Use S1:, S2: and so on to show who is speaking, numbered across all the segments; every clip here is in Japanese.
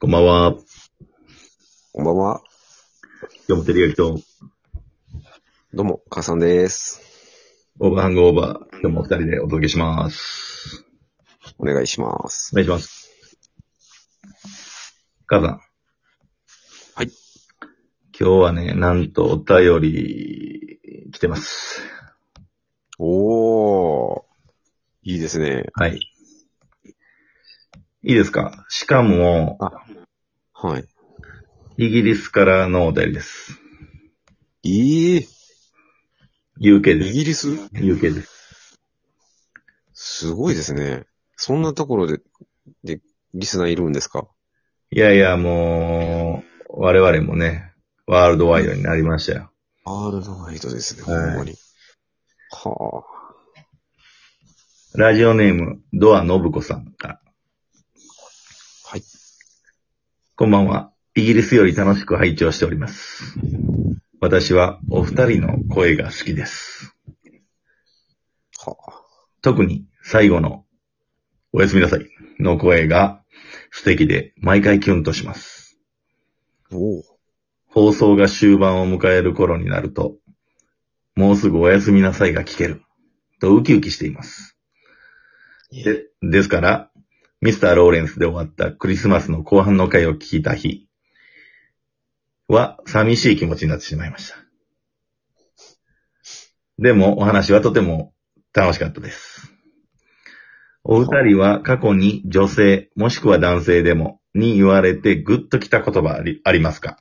S1: こんばんは。
S2: こんばんは。
S1: 今日もテレビ局
S2: どうも、母さんです。
S1: 長、オーバーハングオーバー、今日もお二人でお届けします。
S2: お願いします
S1: お。願いします。母さん。
S2: はい。
S1: 今日はね、なんとお便り、来てます。
S2: おー、いいですね。
S1: はい。いいですかしかも、
S2: はい。
S1: イギリスからのお便りです。
S2: えー、
S1: UK
S2: イ
S1: です。
S2: ギリス
S1: UK です。
S2: すごいですね。そんなところで、で、リスナーいるんですか
S1: いやいや、もう、我々もね、ワールドワイドになりましたよ。
S2: ワールドワイドですね、
S1: はい
S2: ほんまに。はあ。
S1: ラジオネーム、ドアノブコさんから。
S2: はい。
S1: こんばんは。イギリスより楽しく拝聴しております。私はお二人の声が好きです。
S2: は
S1: 特に最後のおやすみなさいの声が素敵で毎回キュンとします。
S2: あ。おー、
S1: 放送が終盤を迎える頃になると、もうすぐおやすみなさいが聞けるとウキウキしています。で、ですから、ミスター・ローレンスで終わったクリスマスの後半の回を聞いた日は寂しい気持ちになってしまいました。でもお話はとても楽しかったです。お二人は過去に女性もしくは男性でもに言われてグッときた言葉ありありますか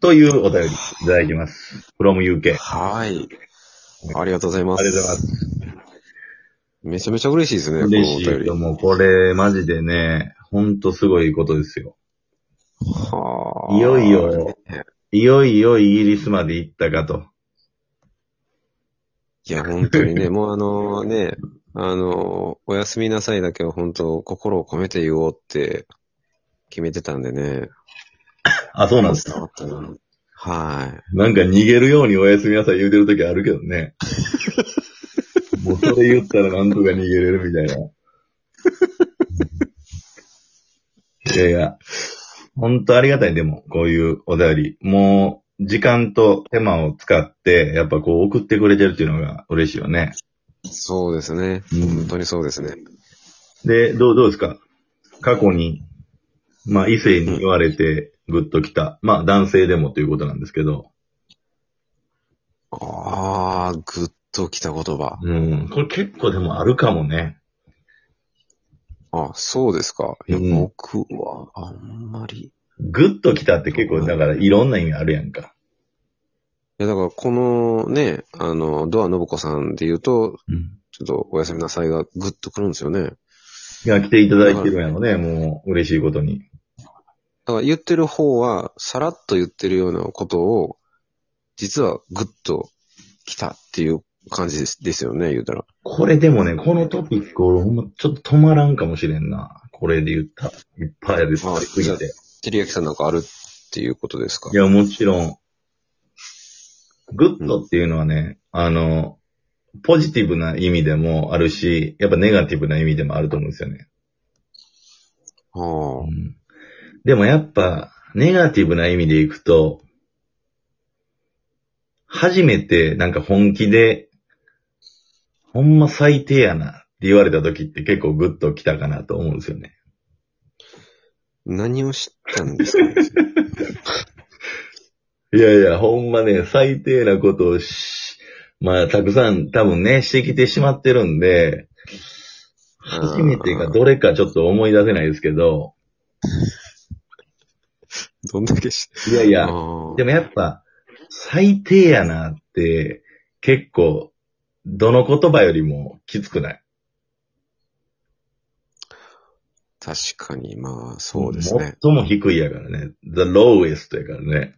S1: というお便りいただきます。from UK。
S2: はい。ありがとうございます。。
S1: ありがとうございます
S2: めちゃめちゃ嬉しいですね、この
S1: 嬉
S2: お
S1: し
S2: 便
S1: い
S2: り。
S1: と
S2: は
S1: もうこれマジでね、ほんとすごいことですよ。
S2: あ。
S1: いよいよ。いよいよイギリスまで行ったかと。
S2: いや、本 当にね、もうあのね、あのおやすみなさいだけは本当、心を込めて言おうって決めてたんでね。
S1: あ、そうなんです
S2: 伝
S1: か。
S2: わったな。は
S1: なんか逃げるようにおやすみなさい言うてる時あるけど ね。もうそれ言ったらなんとか逃げれるみたいな。いやいや、ほんとありがたい、でも、こういうお便り。もう、時間と手間を使って、やっぱこう送ってくれてるっていうのが嬉しいよね。
S2: い。そうですね。
S1: うん
S2: 本当にそうですね。
S1: で、どう、どうですか過去に、まあ、異性に言われてグッときた。まあ、男性でもということなんですけど。
S2: ああ、ぐっときた言葉。
S1: うん。これ結構でもあるかもね。
S2: あそうですか。いや、
S1: うん
S2: 僕はあんまり。い
S1: グッときたって結構、だからいろんな意味あるやんか。
S2: や、だからこのね、あの、ドアノブコさんで言うと、
S1: うん。
S2: ちょっとおやすみなさいがぐっとくるんですよね。
S1: いや、来ていただいてるんやろね。もう、嬉しいことに。
S2: だから言ってる方は、さらっと言ってるようなことを、実はグッと来たっていう感じですですよね、言うたら。
S1: これでもね、このトピック、俺ほんまちょっと止まらんかもしれんな。これで言った。いっぱいある。
S2: あ
S1: すぎて。
S2: 照り焼きさんなんかあるっていうことですか
S1: いや、もちろん、グッドっていうのはね、あの、ポジティブな意味でもあるし、やっぱネガティブな意味でもあると思うんですよね。
S2: ああ。
S1: でもやっぱ、ネガティブな意味でいくと、初めてなんか本気で、ほんま最低やなって言われた時って結構グッときたかなと思うんですよね。
S2: 何を知ったんですかね
S1: いやいや、ほんまね、最低なことをし、まあ、たくさん多分ね、してきてしまってるんで、 初めてかどれかちょっと思い出せないですけど、
S2: どんだけ知っ
S1: いやい
S2: た
S1: や、
S2: の
S1: でもやっぱ、最低やなって、結構、どの言葉よりもきつくない
S2: 確かに、まあ、そうですね。
S1: 最も低いやからね。the lowest やからね。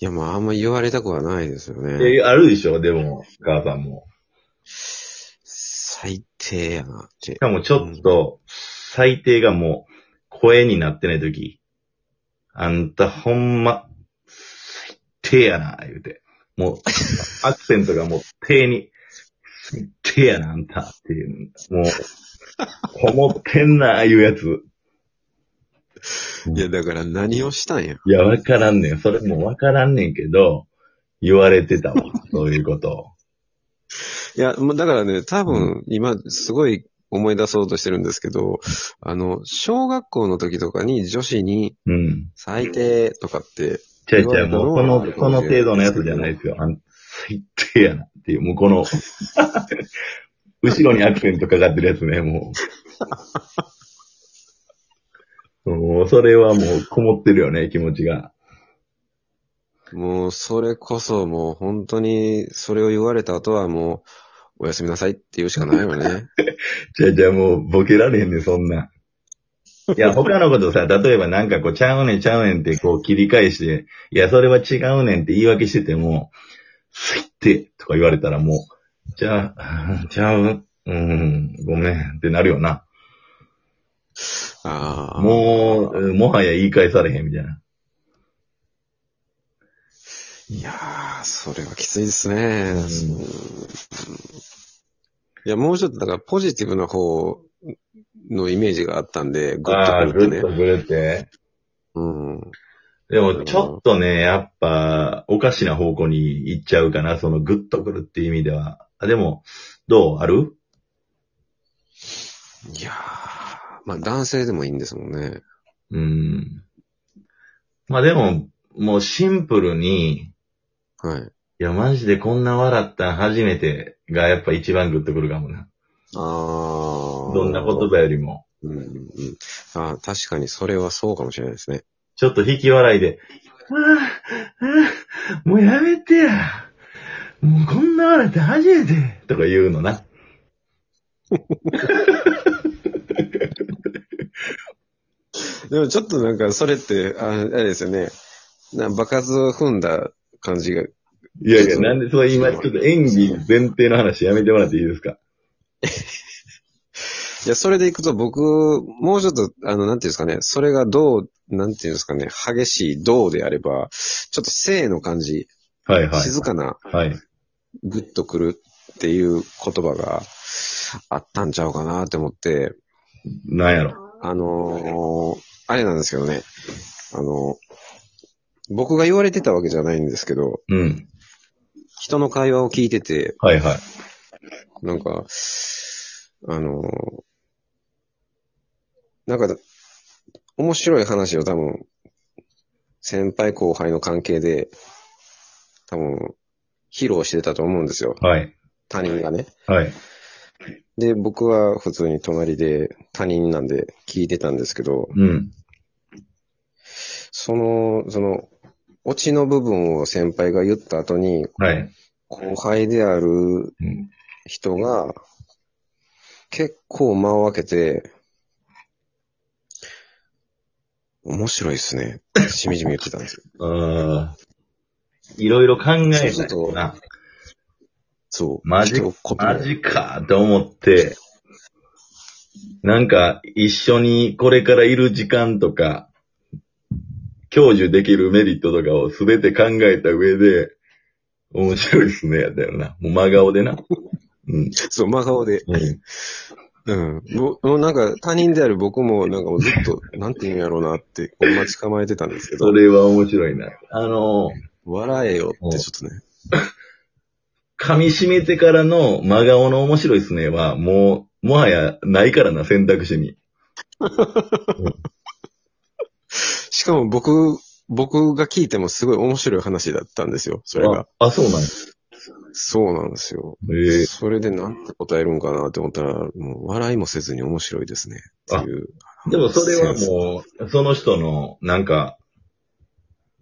S2: いや、まあ、あんま言われたくはないですよね。
S1: え、あるでしょでも、母さんも。
S2: 最低やなって
S1: し。かもちょっと、最低がもう、声になってない時。あんたほんま、最低やな、言うて。もう、アクセントがもう、低に、最低やな、あんたっていう。もう、こもってんな、いうやつ。
S2: いや、だから何をしたんや。
S1: いや、わからんねん。それもわからんねんけど、言われてたわ。そういうことを。
S2: いや、まだからね、多分、今、すごい思い出そうとしてるんですけど、あの、小学校の時とかに女子に
S1: うん。
S2: 最低とかって、
S1: ちゃいちゃい、もう、その、その程度のやつじゃないですよ。あん最低やなっていう、もうこ の、後ろにアクセントかかってるやつね、もう。 もう、それはもう、こもってるよね、気持ちが。
S2: もう、それこそもう本当に、それを言われた後はもう、おやすみなさいって言うしかない よね。
S1: ちゃいちゃい、もう、ボケられへんねん、そんなん。いや、他のことさ、例えばなんかこう、ちゃうねん、ちゃうねんってこう、切り返して、いや、それは違うねんって言い訳してても、最低とか言われたらもう、じゃあ、 ちゃう、うん、ごめんってなるよな。
S2: ああ。
S1: もう、うんもはや言い返されへんみたいな。
S2: いやー、それはきついですね。
S1: うん
S2: うんいや、もうちょっと、だから、ポジティブな方のイメージがあったんで、グッ
S1: ああー、
S2: とく
S1: ぐ
S2: る
S1: っ
S2: ね
S1: と。ぐれて。
S2: うん。
S1: でも、ちょっとね、やっぱ、おかしな方向に行っちゃうかな、そのぐっとくるっていう意味では。あでも、どうある
S2: いやー、まあ、男性でもいいんですもんね。
S1: うん。まあでも、もうシンプルに、
S2: はい。
S1: いや、マジでこんな笑ったん初めてがやっぱ一番グッとくるかもな。
S2: あー。
S1: どんな言葉よりも。
S2: うんうんうん。あー確かに、それはそうかもしれないですね。
S1: ちょっと引き笑いで、ああ、ああ、もうやめてや。もうこんな笑って初めて。とか言うのな。
S2: でも、ちょっとなんか、それって、ああれですよね。な場数を踏んだ感じが、
S1: いやいや、なんで、そう今、ちょっと演技前提の話やめてもらっていいですか
S2: いや、それでいくと僕、もうちょっと、あの、なんていうんですかね、それがどう、なんていうんですかね、激しいどうであれば、ちょっと性の感じ、
S1: はいはい。
S2: 静かな、
S1: はい。
S2: グッとくるっていう言葉があったんちゃうかなって思って、
S1: なんやろ。
S2: あのーあれなんですけどね、あの僕が言われてたわけじゃないんですけど、
S1: うん。
S2: 人の会話を聞いてて、
S1: はいはい。
S2: なんか、あのーなんか、面白い話を多分、先輩後輩の関係で、多分、披露してたと思うんですよ。
S1: はい。
S2: 他人がね。
S1: はい。
S2: で、僕は普通に隣で他人なんで聞いてたんですけど、
S1: うん。
S2: その、その、オチの部分を先輩が言った後に、
S1: はい。
S2: 後輩である
S1: うん
S2: 人が、結構間を空けて、面白いですね。しみじみ言ってたんですよ。
S1: あーいろいろ考えない
S2: そうそう
S1: とな。
S2: そう。
S1: マジ
S2: 一言も
S1: マジかと思って、なんか一緒にこれからいる時間とか、享受できるメリットとかをすべて考えた上で、面白いですね、やったよな。もう真顔でな。うん。
S2: そう、真顔で。
S1: うん
S2: うん。もうもうなんか、他人である僕も、なんかもうずっと、なんて言うんやろうなって、こう待ち構えてたんですけ
S1: そ
S2: ど、
S1: れは面白いな。あの、
S2: 笑えよってちょっとね。
S1: 噛み締めてからの真顔の面白いですねは、もう、もはやないからな、選択肢に。
S2: しかも僕、僕が聞いてもすごい面白い話だったんですよ、それが。
S1: あ、あそうなんや
S2: そうなんですよ。
S1: ええ
S2: それでなんて答えるんかなって思ったら、もう笑いもせずに面白いですね。っていう。
S1: でもそれはもう、その人の、なんか、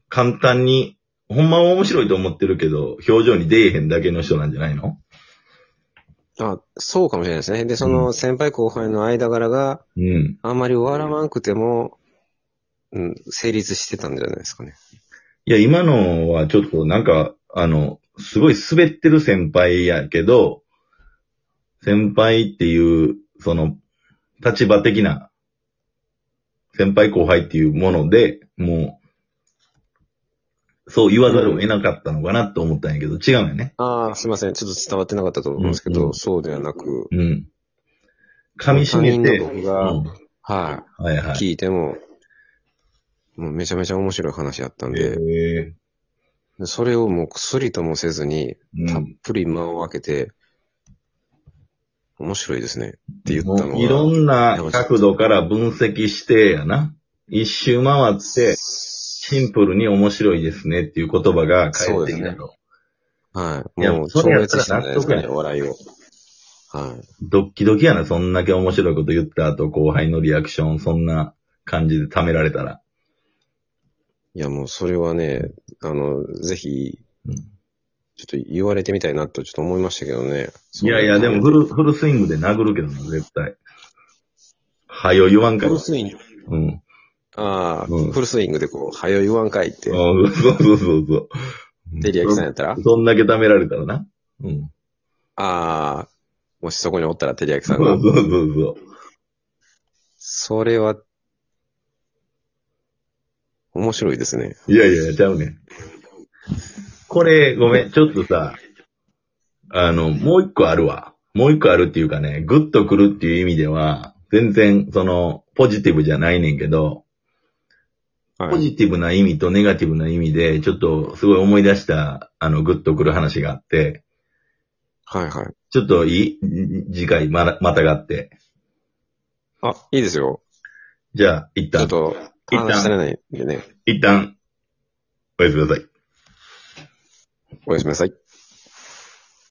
S1: 簡単に、ほんまは面白いと思ってるけど、表情に出えへんだけの人なんじゃないの
S2: あ、そうかもしれないですね。で、その先輩後輩の間柄が
S1: うん。
S2: あんまり笑わなくても、うん、成立してたんじゃないですかね。
S1: いや、今のはちょっとなんか、あの、すごい滑ってる先輩やけど、先輩っていう、その、立場的な、先輩後輩っていうもので、もう、そう言わざるを得なかったのかなと思ったんやけど、違うんやね。
S2: ああ、すいません。ちょっと伝わってなかったと思うんです
S1: う
S2: け
S1: ん
S2: ど、
S1: うん
S2: そうではなく、
S1: うん。噛み締め
S2: 他
S1: て、
S2: 人の僕
S1: う
S2: が、
S1: ん
S2: は、
S1: はいはいい。
S2: 聞いても、もうめちゃめちゃ面白い話やったん
S1: え
S2: で、
S1: え
S2: でそれをもう薬ともせずに、
S1: う
S2: たっ
S1: ん。
S2: ぷり間を空けて、面白いですねって言った
S1: も
S2: のが。
S1: ういろんな角度から分析してやな。一周回って、シンプルに面白いですねっていう言葉が返ってきたと。
S2: はい。
S1: いや
S2: もう
S1: そ
S2: 超
S1: れやっ
S2: 越
S1: たら
S2: したんじゃないですか
S1: 納得
S2: ね、
S1: や
S2: 笑いを。はい。
S1: ドッキドキやな、そんだけ面白いこと言った後、後輩のリアクション、そんな感じで貯められたら。
S2: いや、もうそれはね、あの、ぜひ
S1: うん、
S2: ちょっと言われてみたいなとちょっと思いましたけどね。
S1: いやいや、でもフル、フルスイングで殴るけどな、絶対。はよ言わんか
S2: フ
S1: い
S2: ル。スイング。
S1: うん。
S2: ああ、
S1: うん
S2: フルスイングでこう、早よ言わんかいって、
S1: うんそうそうそうそう。
S2: テリアキさんやったら、
S1: そんだけ貯められたらな。うん。
S2: ああ、もしそこにおったらテリアキ
S1: そ
S2: さ
S1: うん
S2: が
S1: そ、うそうそう。
S2: それは、面白いですね。
S1: いやいや、ちゃうねん。これ、ごめん、ちょっとさ、あの、もう一個あるわ。もう一個あるっていうかね、グッとくるっていう意味では、全然、その、ポジティブじゃないねんけど、
S2: は
S1: ポ
S2: い。
S1: ジティブな意味とネガティブな意味で、ちょっと、すごい思い出した、あの、グッとくる話があって、
S2: はいはい。
S1: ちょっといいん次回、まだ、またがって。
S2: あ、いいですよ。
S1: じゃあ、一
S2: ちょっ
S1: 旦、
S2: と、
S1: 一旦
S2: 話されないんでね、
S1: 一旦、おやすみなさい。
S2: おやすみなさい。